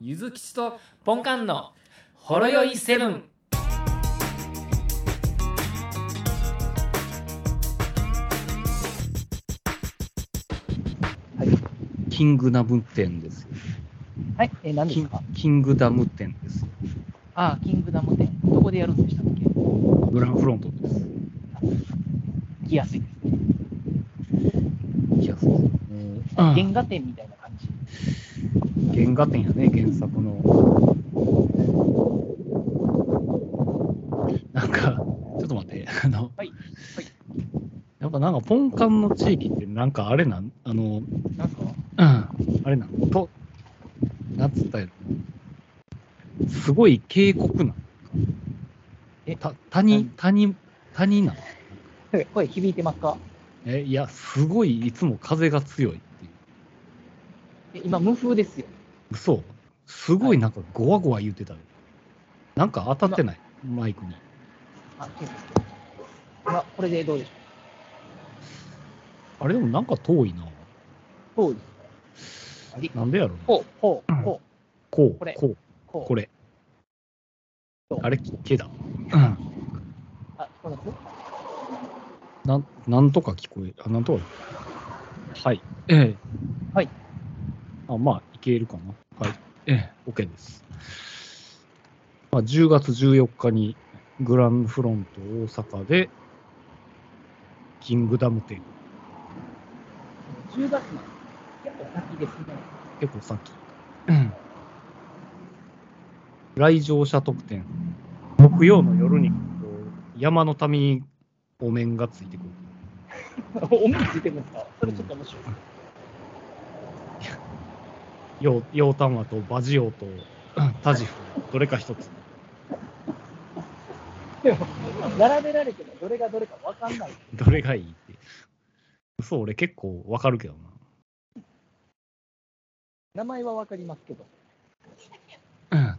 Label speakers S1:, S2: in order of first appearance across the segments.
S1: ゆずきちとポンカンのほろよいセブン。
S2: キングダム店ですよ。
S3: はい、えー、何で
S2: キ
S3: す
S2: ン
S3: か
S2: キングダム店ですよ。
S3: あー、キングダム展。どこでやるんでしたっけ
S2: グランフロントです。
S3: 来やすいですね。
S2: いや、そうですね。あ
S3: 原画展みたいな感じ。
S2: 原画展やね、原作の。なんか、ちょっと待って、あの、
S3: はい。
S2: やっぱなんか、ポンカンの地域って、なんかあれなん、あの、うん、
S3: なんすか
S2: あれなん、と、なんつったやろ、すごい渓谷なん。
S3: え
S2: た、谷、谷、谷なん。
S3: 声響いてますか
S2: え、いや、すごい、いつも風が強いっていう。
S3: え今、無風ですよ。
S2: 嘘すごいなんかゴワゴワ言ってたよなんか当たってないマイクに。
S3: あ、そうです今、これでどうでしょ
S2: あれでもなんか遠いな。
S3: うこうです。あり
S2: なんでやろうな
S3: こう、こう、こう、
S2: こう、
S3: これ
S2: こう、
S3: こう。
S2: これ
S3: そう。
S2: あれ、毛だ。うん
S3: あ、聞こえます
S2: なん、なんとか聞こえ、あ、なんとか。はい。ええ。
S3: はい。
S2: あ、まあ、いけるかな。はい。ええ、OK です。まあ、10月14日にグランフロント大阪で、キングダム展、
S3: ?10 月の。いや、お先ですね。
S2: 結構先。来場者特典。木曜の夜にこう山の民お面がついてくる。
S3: お目についてるんですかそれちょっと面白い。
S2: ようようたんわとバジオとタジフ、どれか一つ。
S3: でも、並べられてもどれがどれかわかんない。
S2: どれがいいって。嘘、俺結構わかるけどな。
S3: 名前はわかりますけど。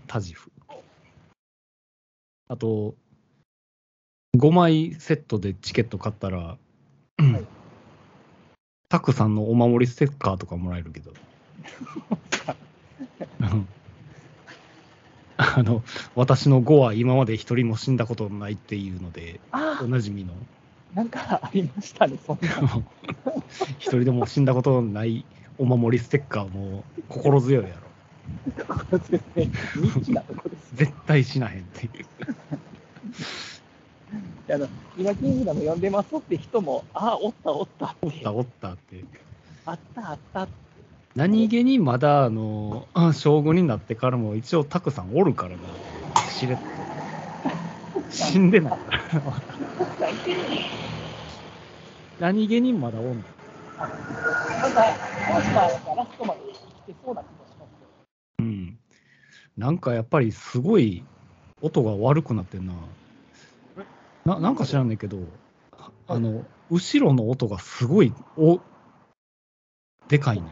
S2: タジフ。あと、5枚セットでチケット買ったら、
S3: い
S2: たくさんのお守りステッカーとかもらえるけど。うんあの、私の5は今まで一人も死んだことないっていうので、
S3: あ
S2: おなじみの、
S3: ー、なんかありましたね、そんな。
S2: 一人でも死んだことないお守りステッカーも心強いやろ。
S3: こですね。 人気なとこですね。
S2: 絶対死なへんっていう。
S3: あの今、キングダム呼んでますって人も、ああ、おった、おったって、
S2: おったおったって。
S3: あった、あったって、
S2: 何気にまだあのあ将軍になってからも一応たくさんおるからなしれっと死んでないから
S3: 大体
S2: 何気にまだおんの
S3: なんか、ラストラストまで生きてそうな気もしますけど、
S2: うんなんかやっぱりすごい音が悪くなってんなななんか知らんねんけどあの後ろの音がすごいおでかいねん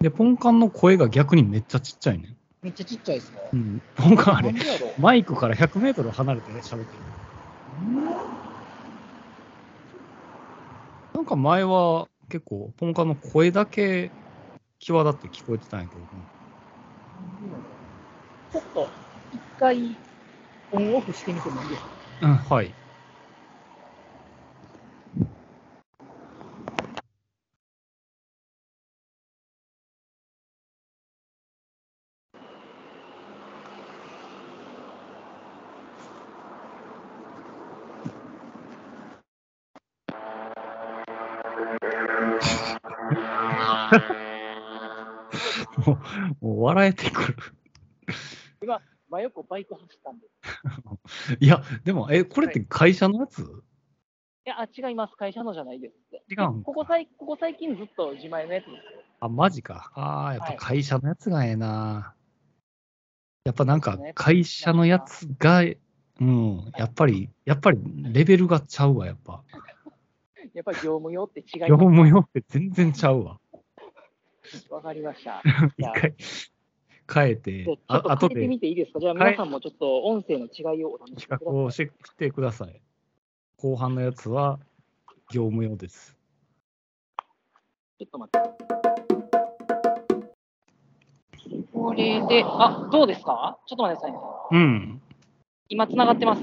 S2: でポンカンの声が逆にめっちゃちっちゃいねん、
S3: めっちゃちっちゃいですね。
S2: うん、ポンカンあ
S3: な
S2: れ
S3: んでやろう
S2: マイクから100メートル離れて喋ってる。なんか前は結構、ポンカの声だけ際立って聞こえてたんやけど、
S3: ちょっと、一回、オンオフしてみてもいいですか
S2: うん、はい。 もうもう笑えてくる。
S3: 真横バイク走ったんで。い
S2: いや、でも、え、これって会社のやつ、
S3: や、あ違います。会社のじゃないですって。
S2: 違うん
S3: ここ最ここ最近ずっと自前のやつですよ。
S2: あ、マジか。ああ、やっ
S3: は
S2: ぱ
S3: い
S2: 会社のやつがええな。やっぱなんか
S3: そうですね
S2: 会社のやつが、うん、やっぱり、やっぱりレベルがちゃうわ、やっぱ。
S3: やっぱり業務用って違い
S2: 業
S3: ま
S2: 務用って全然ちゃうわ。
S3: す。わかりま した。じ
S2: 一
S3: ゃあ
S2: 回変えて
S3: ちょっ、
S2: あ
S3: と
S2: 後
S3: 変えて
S2: で
S3: みていいですかじゃあ
S2: はい
S3: 皆さんもちょっと音声の違いをお試し
S2: 比
S3: ください。
S2: 較をしてきてください。後半のやつは業務用です。
S3: ちょっと待って。これで、あ、どうですかちょっと待ってくださいね。
S2: うん。
S3: 今、繋がってます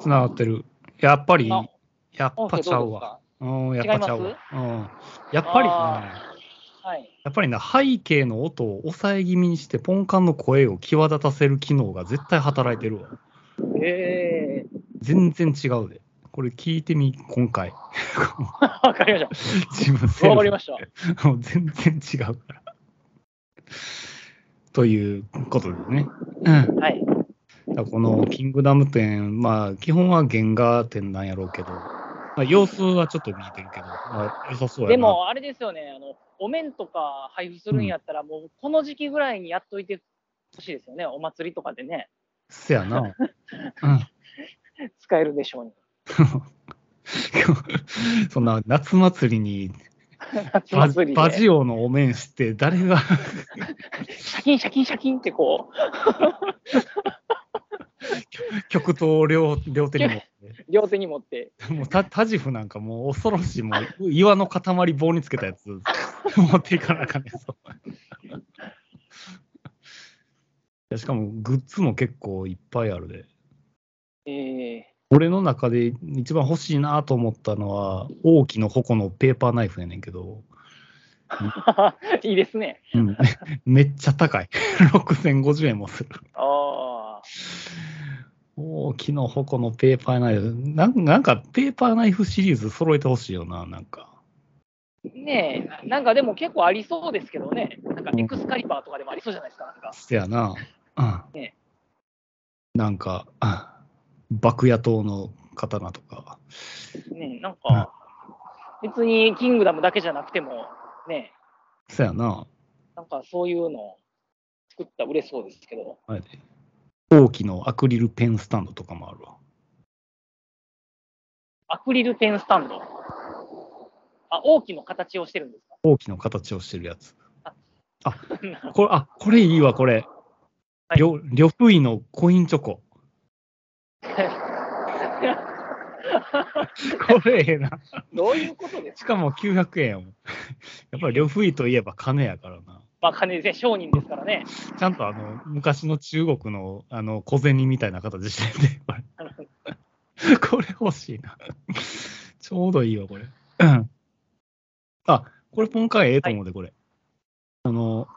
S2: つながってる。やっぱり
S3: あ、
S2: やっ
S3: 音
S2: ぱ
S3: 声
S2: ちゃ
S3: どう
S2: う
S3: で
S2: わ。
S3: すか
S2: うん、やっぱちゃう
S3: 違い
S2: わ。うん。やっぱりね
S3: あ、はい。
S2: やっぱりな、背景の音を抑え気味にして、ポンカンの声を際立たせる機能が絶対働いてるわ。
S3: えー、
S2: 全然違うで。これ聞いてみ、今回。
S3: わかりまし
S2: 自分
S3: た。
S2: セ
S3: わかりま
S2: ル
S3: した。
S2: フ。もう全然違うから。ということでね。うん。
S3: はい。
S2: だからこのキングダム展、まあ、基本は原画展なんやろうけど、まあ、様子はちょっと見えてるけど、まあ、良さそうやな。
S3: で、も、あれですよね、あのお面とか配布するんやったら、もうこの時期ぐらいにやっといてほしいですよね、お祭りとかでね、
S2: せやな。 うん。
S3: 使えるでしょうに。
S2: そんな夏祭りに
S3: 夏
S2: バ
S3: 祭り
S2: バ
S3: で、
S2: ジオのお面して、誰が
S3: シャキンシャキンシャキンってこ
S2: 極東を両両手に持って。
S3: う、両手に持って、
S2: もうタタジフなんかもう恐ろしい、もう岩の塊棒につけたやつ 持っていかなあかんねんぞ。いやしかもグッズも結構いっぱいあるで。
S3: えー、
S2: 俺の中で一番欲しいなと思ったのは、大きの矛のペーパーナイフやねんけど、
S3: いいですね。
S2: うん めっちゃ高い。6050円もする。
S3: ああ、
S2: 大きの矛のペーパーナイフなん。なんかペーパーナイフシリーズ揃えてほしいよな、なんか。
S3: ねえ、なんかでも結構ありそうですけどね、なんかエクスカリバーとかでもありそうじゃないですか、なんか。
S2: せやな。うん。
S3: ね
S2: なんか、うん爆野党の刀とか。
S3: ねえ、なんか、別にキングダムだけじゃなくても、ねえ、
S2: せやな。
S3: なんかそういうの作ったら売れそうですけど。
S2: あれで大きのアクリルペンスタンドとかもあるわ。
S3: アクリルペンスタンド。あ、大きの形をしてるんですか。
S2: 大きの形をしてるやつ。
S3: あ
S2: これ、あ、これいいわ、これ。
S3: はい
S2: 呂呂不韋のコインチョ コ。これええな。
S3: どういうことです
S2: し
S3: か。
S2: かも900円やもん。やっぱり呂不韋といえば金やからな。
S3: まあ、金ですね、商人ですからね。
S2: ちゃんとあの昔の中国のあの小銭みたいな形してるね これ。これ欲しいな。 ちょうどいいわ、これ。うんあ、これ、ポンカンええと思うで、これ。あの、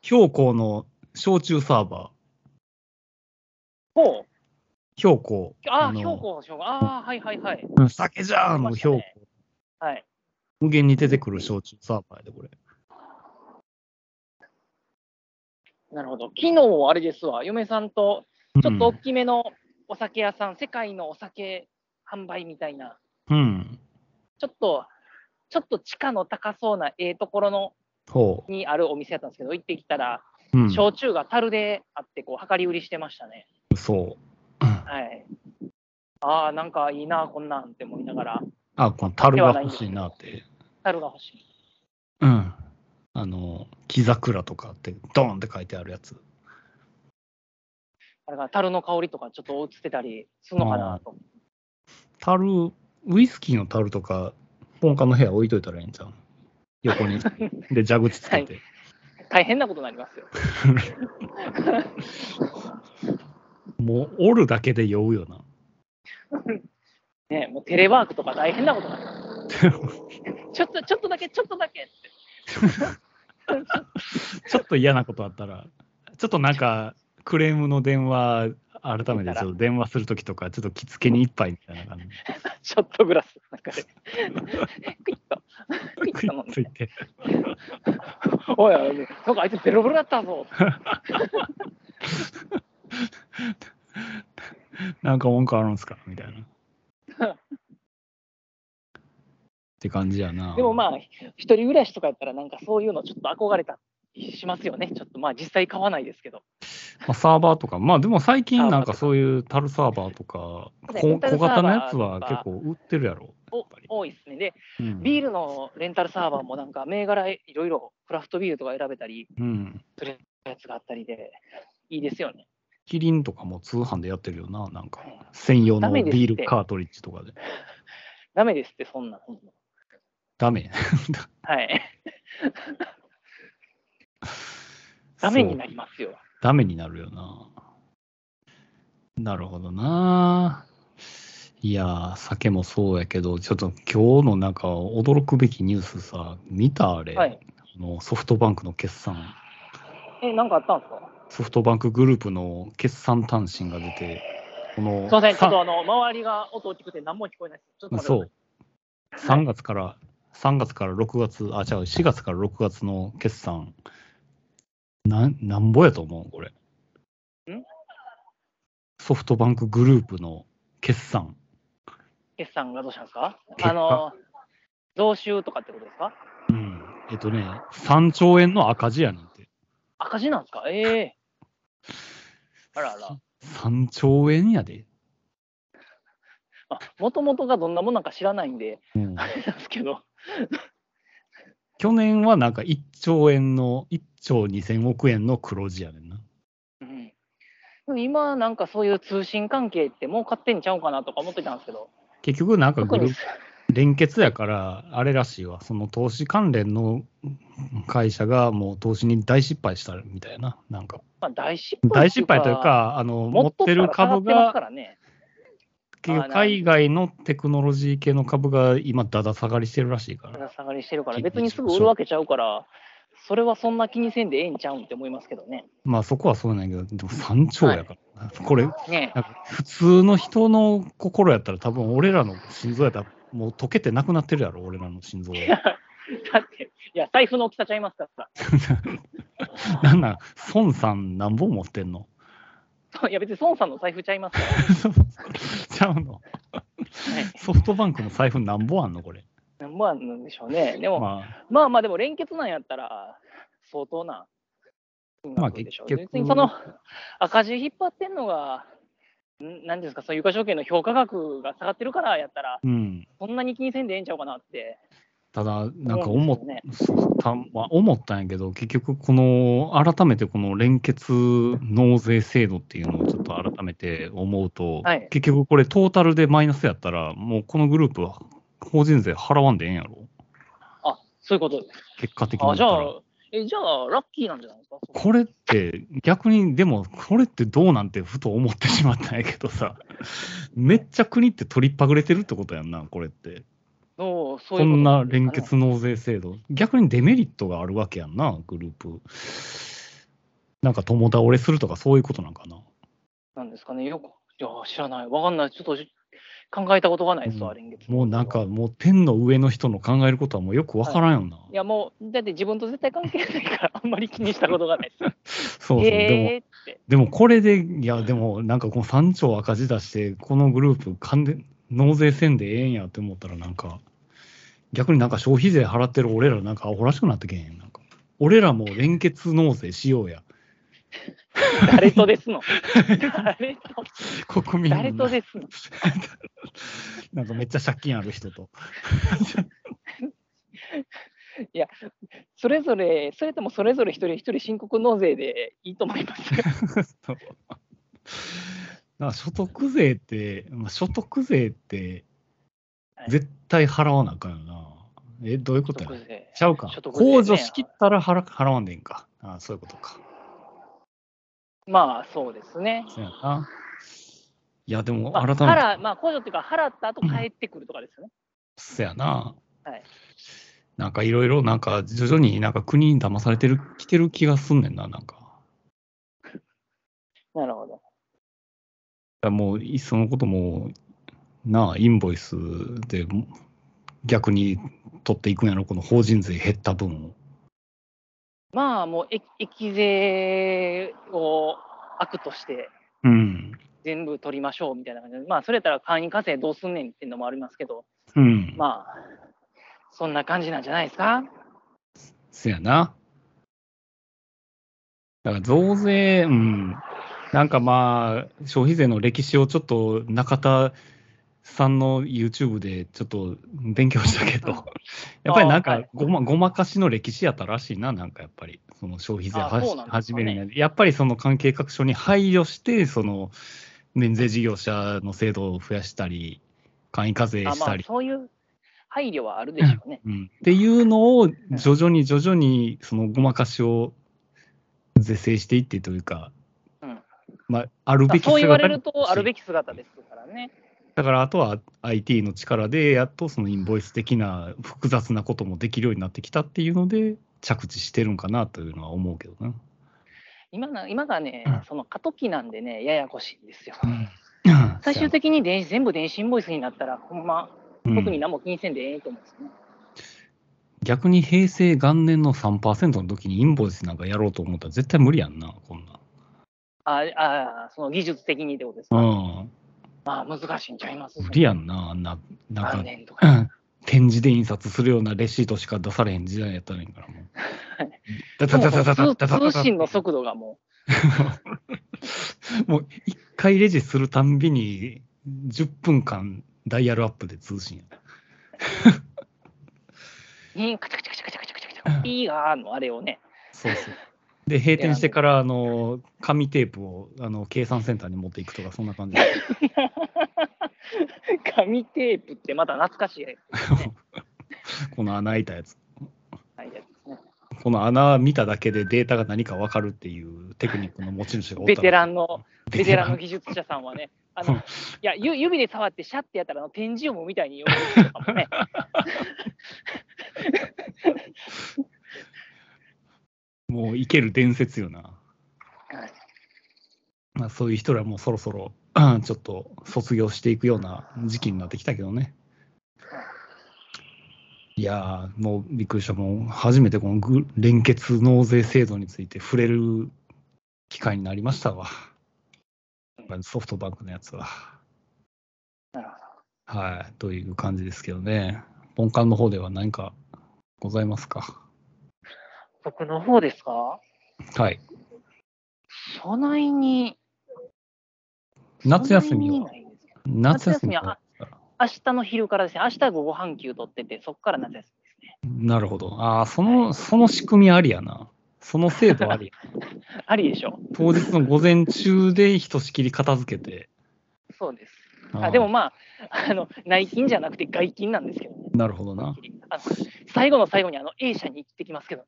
S2: 標高の焼酎サーバ
S3: ほう。
S2: ー、標高。
S3: ああ、
S2: の
S3: 標高の標高。ああ、はいはいはい。
S2: うん酒じゃーの標高、
S3: はい。
S2: 無限に出てくる焼酎サーバーやで、これ。
S3: なるほど。昨日、あれですわ、嫁さんとちょっと大きめのお酒屋さん、世界のお酒販売みたいな、
S2: うん、うん。
S3: ちょっと、ちょっと地価の高そうなええところの
S2: ほ
S3: にあるお店やったんですけど、行ってきたら、
S2: う。うん。
S3: 焼酎が樽であって、こう、量り売りしてましたね。
S2: そう。うん
S3: はい。ああ、なんかいいな、こんなんって思いながら、
S2: あ、この樽が欲しいなって。
S3: 樽が欲しい。
S2: うん。あの、木桜とかって、ドーンって書いてあるやつ。
S3: あれが樽の香りとかちょっと映ってたりするのかなと。
S2: 樽、ウイスキーの樽とか、ポンカの部屋置いといたらいいんじゃん。横に。で、蛇口つけて。
S3: 大変なことになりますよ。
S2: もう、折るだけで酔うよ な。
S3: ね、もうテレワークとか大変なことになります。ちょっと、ちょっとだけ、ちょっとだけって。
S2: ちょっと嫌なことあったら、ちょっとなんか、クレームの電話、改めてちょっと電話するときとか、ちょっと着付けに一杯みたいな感じ。
S3: ショットグラスの中 で、クイッと、クイッ
S2: く
S3: と
S2: っ
S3: 飲ん
S2: つい
S3: で、
S2: て。
S3: おいおい、なんかあいつベロベロだったぞ、
S2: なんか文句あるんすかみた いな。って感じやな。
S3: でもまあ、一人暮らしとかやったら、なんかそういうのちょっと憧れたりしますよね、ちょっとまあ、実際買わないですけど、
S2: まあ、サーバーとか、まあでも最近なんか
S3: サーバーとか
S2: そういうタルサーバーとか、
S3: ね
S2: こ小
S3: タルサーバー
S2: 型のやつは結構売ってるやろ。
S3: お多いですね、で、
S2: うん。
S3: ビールのレンタルサーバーもなんか、銘柄いろいろ、クラフトビールとか選べたり、
S2: うん。
S3: やつがあったりで、いいですよね。
S2: キリンとかも通販でやってるよな、なんか。専用の
S3: ダメですって
S2: ビールカートリッジとかで。
S3: ダメですって、そんなの。
S2: ダメ。
S3: はい。ダメになりますよ。
S2: ダメになるよな。なるほどな。いやー、酒もそうやけど、ちょっと今日のなんか驚くべきニュースさ、見たあれ、
S3: はい。
S2: あのソフトバンクの決算、
S3: え、なんかあったんですか
S2: ソフトバンクグループの決算単身が出て、この
S3: すいません、ちょ
S2: さ
S3: っとあの、周りが音大きくて何も聞こえないです。ちょっと待って
S2: そう。3月から、3月から6月、あ、違う、4月から6月の決算、なん、なんぼやと思うこれ。
S3: ん
S2: ソフトバンクグループの決算。
S3: 決算がどうしたんですか
S2: 結果
S3: あの、増収とかってことですか
S2: うん。えっとね、3兆円の赤字やねんて。
S3: 赤字なんですかええあらあら。
S2: 3兆円やで。
S3: もともとがどんなもんなんか知らないんで、
S2: うん
S3: あれなんですけど、
S2: 去年はなんか1兆円の、1兆2000億円の黒字やねんな。
S3: うん、でも今、なんかそういう通信関係ってもう勝手にちゃうかなとか思ってたんですけど、
S2: 結局なんかグ
S3: 特
S2: ル
S3: に
S2: ープ、連結やから、あれらしいわ、その投資関連の会社がもう投資に大失敗したみたいな、なんか、
S3: まあ、大失敗
S2: 大失敗という、か、あの持
S3: 持っ
S2: って
S3: とる
S2: る
S3: 株
S2: 株
S3: が。
S2: が、
S3: からね、
S2: 結局
S3: あーなるほど
S2: 海外のテクノロジー系の株が今、だだ下がりしてるらしいから、
S3: 値下がりしてるから、
S2: 金利
S3: 別にすぐ売るわけちゃうから、それはそんな気にせんでええんちゃうんって思いますけどね。
S2: まあそこはそうなんやけど、でも3兆やから、これ、
S3: ね
S2: なんか普通の人の心やったら、多分俺らの心臓やったら、もう溶けてなくなってるやろ、俺らの心臓は。
S3: だって、いや、財布の大きさちゃいますから。
S2: なんなん、孫さん何本持ってんの
S3: そういや、別に孫さんの財布ちゃいますから。
S2: ちゃうの
S3: はい
S2: ソフトバンクの財布何本あんのこれ。
S3: なんぼあんでしょうね。でも、
S2: まあ、
S3: まあまあでも連結なんやったら、相当な金
S2: まあ
S3: 額でしょうね。
S2: 結局
S3: 別にその赤字引っ張ってんのが、んなんていうんですか、その有価証券の評価額が下がってるからやったら、
S2: うん。
S3: そんなに気にせんでええんちゃうかなって。
S2: ただ、なんか
S3: 思
S2: 思
S3: う
S2: っ
S3: んで
S2: そうた、まあ、思ったんやけど、結局、この、改めてこの連結納税制度っていうのをちょっと改めて思うと、
S3: はい
S2: 結局これトータルでマイナスやったら、もうこのグループは法人税払わんでええんやろ。
S3: あ、そういうことです。
S2: 結果的に言
S3: あ、
S2: っ
S3: じ
S2: た
S3: ゃ
S2: ら。
S3: あ、え、じゃあ、ラッキーなんじゃないですか。
S2: これって逆にでもこれってどうなんてふと思ってしまったんやけどさめっちゃ国って取りっぱぐれてるってことやんなこれって
S3: そうそう
S2: こ
S3: いうこと
S2: ん
S3: ですか
S2: な
S3: ね
S2: 連結納税制度逆にデメリットがあるわけやんなグループなんか共倒れするとかそういうことなんかな
S3: なんですかね。よく、いや、知らない。わかんない。ちょっと考えたことがないですわ、
S2: うん
S3: 連結。
S2: もうなんか。もう天の上の人の考えることはもうよくわからんよな、
S3: いや、もう、だって自分と絶対関係ないから、あんまり気にしたことがないです。
S2: そうそう、でも
S3: えーって。
S2: でもこれで、いや、でもなんかこの3兆赤字出して、このグループ完全、納税せんでええんやって思ったら、なんか、逆になんか消費税払ってる俺らなんかアホらしくなってけへん。なんか俺らも連結納税しようや。
S3: 誰とで すの誰と
S2: 国民の
S3: 誰とですの
S2: なんかめっちゃ借金ある人と。
S3: それぞれ、それともそれぞれ一人一人申告納税でいいと思います。
S2: なんか所得税って、まあ、所得税って
S3: はい
S2: 絶対払わなあかんよな。え、どういうことや
S3: 所得税
S2: ちゃうか
S3: 所。得税ね
S2: 控除しきったら払払わんでいいんか。ああそういうことか。
S3: まあそうですね。
S2: そうやな。いや、でも
S3: まあ、
S2: 改めて、
S3: 払まあ、控除っていうか、払った後帰ってくるとかですよね。
S2: そうやな。
S3: はい
S2: なんかいろいろ、なんか徐々になんか国に騙されてる、来てる気がすんねんな、なんか。
S3: なるほど。
S2: もう、いっそのことも、なあ、インボイスで逆に取っていくんやろ、この法人税減った分を。
S3: まあもう、え益税を悪として
S2: うん。
S3: 全部取りましょうみたいな感じで、まあそれやったら簡易課税どうすんねんっていうのもありますけど、
S2: うん。
S3: まあ、そんな感じなんじゃないですか。
S2: せやな。だから増税、うん。なんかまあ、消費税の歴史をちょっと中田さんの YouTube でちょっと勉強した けど、やっぱりなん
S3: は
S2: か
S3: い
S2: ごまごまかしの歴史やったらしいな、なんかやっぱり、その消費税
S3: あ
S2: は
S3: そ
S2: じ、
S3: うなんですかね
S2: 始めるにあたりやっぱりその関係各所に配慮して、その免税事業者の制度を増やしたり、簡易課税
S3: あ
S2: し
S3: ま
S2: た
S3: あ
S2: り、
S3: そういう配慮はあるでしょうね。
S2: うんっていうのを徐々に徐々にそのごまかしを是正していってというか、
S3: うん
S2: まあ、あるべき
S3: そう言われ
S2: 姿
S3: ると、あるべき姿ですからね。
S2: だからあとは IT の力でやっとそのインボイス的な複雑なこともできるようになってきたっていうので着地してるんかなというのは思うけどな。
S3: 今な今がね
S2: うん、
S3: その過渡期なんでね、ややこしいんですよ。最終
S2: 的
S3: 的に電子全部電子インボイスになったら、ほんま、特に何も気にせんでええと思うんですね。
S2: 逆に平成元年の3%の時にインボイスなんかやろうと思ったら絶対無理やんな、こんな。
S3: ああ、その技術的にってことですか。
S2: うん、
S3: まあ、難しいんちゃいます。
S2: 無理やんな、あんな、なん
S3: 何
S2: か、
S3: 年とか。
S2: 展示で印刷するようなレシートしか出されへん時代やったらいいんからもう。ダ
S3: そ
S2: ダ
S3: も
S2: ダ
S3: そも
S2: ダダダダダダ
S3: 通
S2: ダ
S3: 信の速度がも
S2: もう一回レジするたんびに10分間ダイヤルアップで通信や。
S3: う、ね、カチャカチャカチャカチャカチャカチャカチャ、ピーガーのあれをね、
S2: そうそう。で、閉店してから、あの、紙テープを、あの、計算センターに持っていくとか、そんな感じ。
S3: 紙テープってまた懐かしい
S2: この穴開いたやつ。
S3: アイデアですね。
S2: この穴見ただけでデータが何か分かるっていうテクニックの持ち主がおった
S3: ベテラ
S2: ン。
S3: ンの、
S2: ベ
S3: ベテ
S2: テ
S3: ラ
S2: ラ
S3: ンの
S2: ン。
S3: 技術者さんはね、あ
S2: う
S3: の
S2: ん
S3: いやゆ指で触ってシャッてやったらあの点字読むみたいに読む人とかも ね、
S2: もういける伝説よな。まあ、そういう人らもそろそろ、 うんちょっと卒業していくような時期になってきたけどね。いやー、もうびっくりした。もう初めてこのぐ連結納税制度について触れる機会になりましたわ。ソフトバンクのやつは。
S3: なるほ
S2: はい、という感じですけどね。本館の方では何かございますか
S3: 僕の方ですか
S2: はい。
S3: そないに。
S2: 夏休みは
S3: そないにないですけど
S2: 夏休み
S3: 夏休みは明日の昼からですね、明日午後半休取ってて、そこから夏休みですね。
S2: なるほど。ああ、その、その仕組みありやな。その制度あ りや。
S3: ありでしょ
S2: 当日の午前中でひとしきり片付けて。
S3: う。そうです。
S2: あ
S3: あでもまああの、内勤じゃなくて外勤なんですけどね。
S2: なるほどな。
S3: あの最後の最後にあの A 社に行ってきますけど、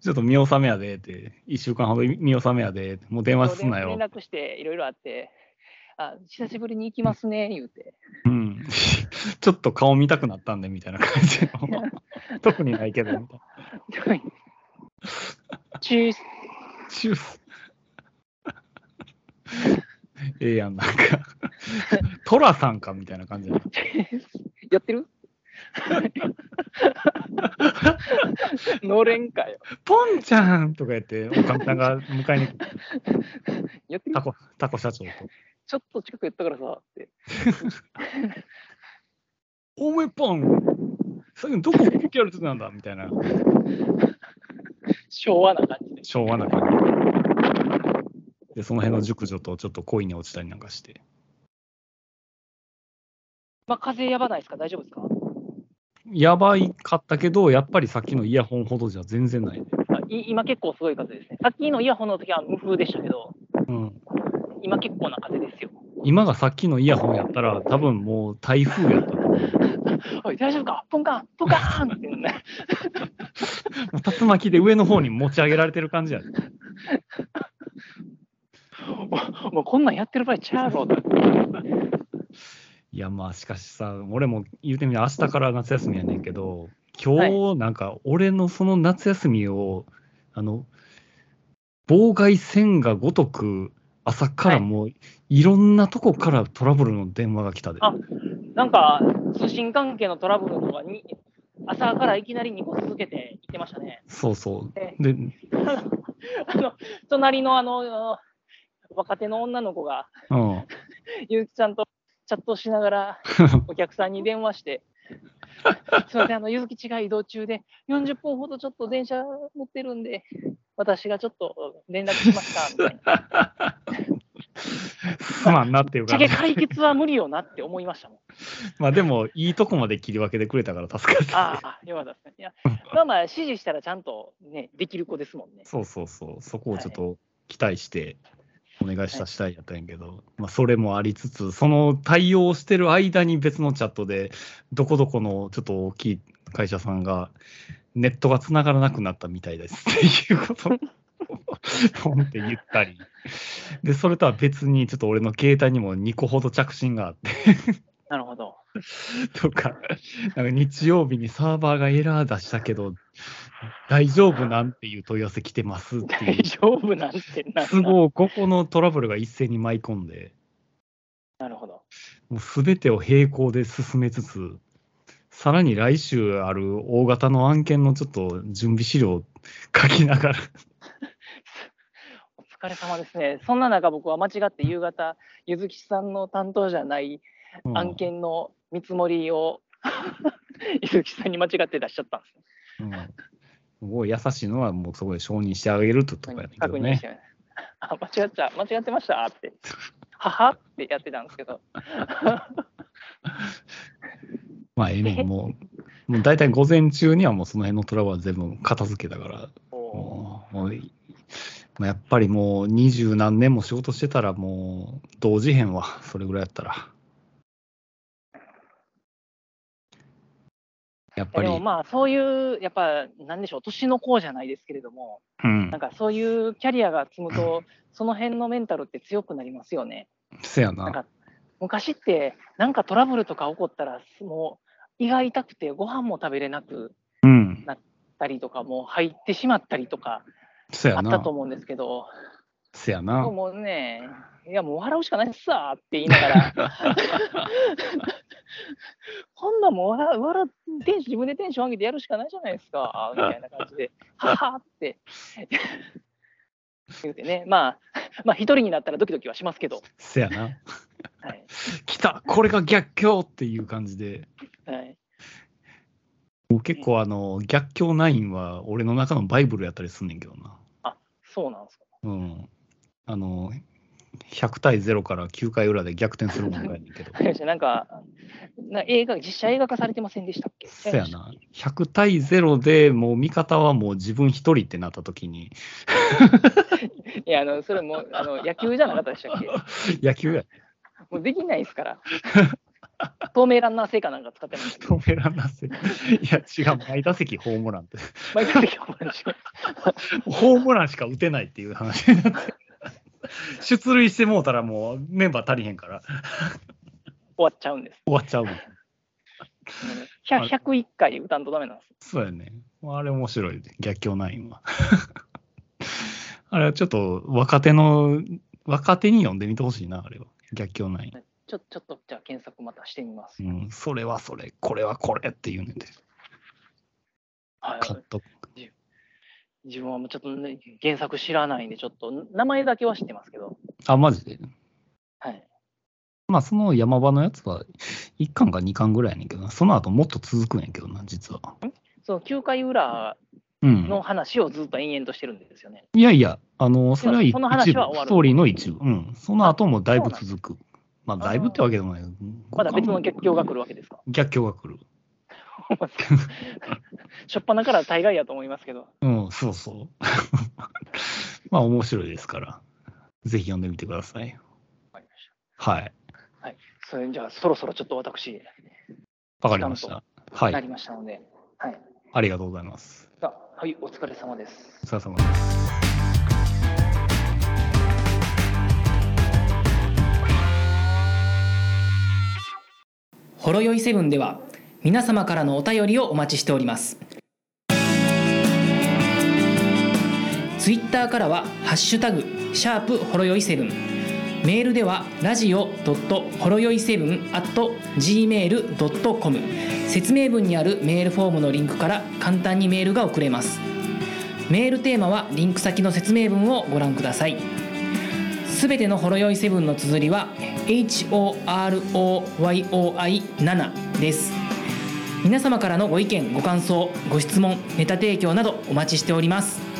S2: ちょっと見納めやでって、1週間ほど見納めやでって、もう電話すんな
S3: 連
S2: よ。
S3: 絡していろいろあって、あ久しぶりに行きますね、言うて。
S2: うん。 ちょっと顔見たくなったんで、みたいな感じ の。特にないけど、みたいな。
S3: 中
S2: チュース。 ええやん、なん か。トラさんかみたいな感じやな
S3: やってるのれんかよ。
S2: ポンちゃんとか言って、おかみさんが迎えに来る
S3: やってる
S2: タコ、タコ社長と。
S3: ちょっと近くやったからさって。
S2: おめポン最近どこ吹き荒れてたんだみたいな、
S3: 昭和な感じで。
S2: 昭和な感じ。で、その辺の熟女とちょっと恋に落ちたりなんかして。
S3: まあ、風やばないですか大丈夫ですか
S2: やばいかったけど、やっぱりさっきのイヤホンほどじゃ全然ないね。
S3: あい今結構すごい風ですね。さっきのイヤホンの時は無風でしたけど、
S2: うん。
S3: 今結構な風ですよ。
S2: 今がさっきのイヤホンやったら、多分もう台風やったと思う。
S3: おい、大丈夫かポンカンポンカーンって言うね。
S2: もう 竜巻で上の方に持ち上げられてる感じやね。
S3: もうもうこんなんやってる場合ちゃうぞ
S2: いや、まあ、しかしさ、俺も言うてみれば明日から夏休みやねんけど、今日、なんか、俺のその夏休みを、あの、妨害線がごとく、朝から
S3: はい
S2: もう、いろんなとこからトラブルの電話が来たで。
S3: あなんか、通信関係のトラブルとかに、朝からいきなり2個続けて行ってましたね。
S2: そうそ
S3: え
S2: う。で、
S3: あの、隣のあの、あの若手の女の子が、
S2: うん。
S3: ゆうきちゃんとチャットしながら、お客さんに電話して、 すみません、あの、ゆずきちが移動中で、40分ほどちょっと電車乗ってるんで、私がちょっと連絡しました、みたいな。
S2: すまんなっていう
S3: チャ
S2: か
S3: ゲ、解決は無理よなって思いましたもん。
S2: まあでも、いいとこまで切り分けてくれたから助かった。
S3: ああ、よかったですね。いや、まあまあ、指示したらちゃんとね、できる子ですもんね。
S2: そうそうそう、そこをちょっと期待して、お願いしたしたいやったんやけど、まあ、それもありつつ、その対応してる間に別のチャットで、どこどこのちょっと大きい会社さんが、ネットが繋がらなくなったみたいですっていうことをポンって言ったりでそれとは別にちょっと俺の携帯にも2個ほど着信があって
S3: なるほど。
S2: とかなんか日曜日にサーバーがエラー出したけど大丈夫なんていう問い合わせ来てますってい
S3: 大
S2: う
S3: 丈夫なんてなんだ
S2: 都合ここのトラブルが一斉に舞い込んで
S3: なるほど。
S2: もう全てを並行で進めつつ、さらに来週ある大型の案件のちょっと準備資料を書きながら、
S3: お疲れ様ですね。そんな中、僕は間違って夕方、ゆずきさんの担当じゃない 案件の見積もりを、 ゆずきさんに間違って出しちゃったんですね。
S2: うん、うんすごい優しいのはもうそこで承認してあげるととかやったけ
S3: 確
S2: ど
S3: 認し
S2: ね。
S3: てない。あ、間違っちゃ、間違ってましたって。 ははってやってたんですけど。
S2: まあええねん、も う、もう大体午前中にはもうその辺のトラブルは全部片付けたから、
S3: おー
S2: もうもういまあやっぱりもう二十何年も仕事してたらもう同時編は、 それぐらいやったら。やっぱ
S3: で
S2: り。
S3: もまあそういう、やっぱなんでしょう、年の子じゃないですけれども、
S2: うん
S3: なん、かそういうキャリアが積むと、 その辺のメンタルって強くなりますよね。
S2: せや
S3: なん
S2: な。
S3: か昔って、なんかトラブルとか起こったら、もう胃が痛くて、ご飯も食べれなく
S2: うん。
S3: たりとか、もう入ってしまったりとか
S2: せ
S3: あ
S2: や
S3: った
S2: な
S3: と。思うんですけど、
S2: せやな。
S3: もうね、いやもう笑うしかないっすわーって言いながら、こんなんもう笑う笑うテンション、自分でテンション上げてやるしかないじゃないですか、みたいな感じで、ははーって言うてね、まあ、まあ、一人になったらドキドキはしますけど、
S2: せやな。
S3: はい
S2: 来たこれが逆境っていう感じで。
S3: はい、
S2: もう結構あの、逆境ナインは俺の中のバイブルやったりすんねんけどな。
S3: そうなんですか。
S2: うん。あの、100対0から9回裏で逆転するもんやねんけど。
S3: なんか、な映画、実写映画化されてませんでしたっけ
S2: せやな。100対0でもう味方はもう自分一人ってなった時に、
S3: いや、あの、それもうあの野球じゃなかったでしたっけ
S2: 野球や
S3: もうできないですから。 透明ランナー成果なんか使ってます。
S2: 止めらんなせ。いや違う、毎打席ホームランって。
S3: 毎回お話が
S2: ホームランしか打てないっていう話になって。出塁してもうたらもうメンバー足りへんから
S3: 終わっちゃうんです。
S2: 終わっちゃうもん。
S3: 100 101回歌うとダメなんです。
S2: そうやね。あれ面白いね。逆境ナインは。 あれはちょっと若手の、若手に読んでみてほしいな、あれは。逆境ナイ
S3: ちょちょっとじゃあ検索またしてみます。
S2: ン。うん、それはそれ、これはこれっていうねんで。
S3: は
S2: カット。
S3: い、自分はもうちょっと、ね、原作知らないんで、ちょっと名前だけは知ってますけど、
S2: あ、マジで。
S3: はい、
S2: まあ、その山場のやつは1巻か2巻ぐらいやねんけどな。その後もっと続くんやけどな、実は。
S3: その9回裏
S2: うん。
S3: の話をずっと延々としてるんですよね。
S2: いやいや、あの、それは一
S3: そ
S2: 部、
S3: の話は終わ
S2: ス
S3: る
S2: トーリーの一部。うん。その後もだいぶ続く。まあ、だいぶってわけでもない。
S3: まだ別の逆境が来るわ けですか。
S2: 逆境が来る。
S3: しょっぱなから大概やと思いますけど、
S2: うん、そうそう。 まあ、面白いですから、ぜひ読んでみてください。
S3: わかりまし
S2: はい。
S3: た。はい、それじゃあそろそろちょっと私、
S2: わかりまし
S3: ちゃ
S2: た。は。
S3: ないりましたので、はい、
S2: ありがとうございます。
S3: さあはい、お疲れ様です
S2: お。疲れ様です。
S1: ほろよいセブンでは皆様からのお便りをお待ちしておりますツイッターからは「ハッシュタグシャープほろよいセブン」メールではラジオドットほろよいセブン at gmail.com 説明文にあるメールフォームのリンクから簡単にメールが送れますメールテーマはリンク先の説明文をご覧くださいすべてのほろ酔いセブンの綴りは HOROYOI7 です皆様からのご意見ご感想ご質問ネタ提供などお待ちしております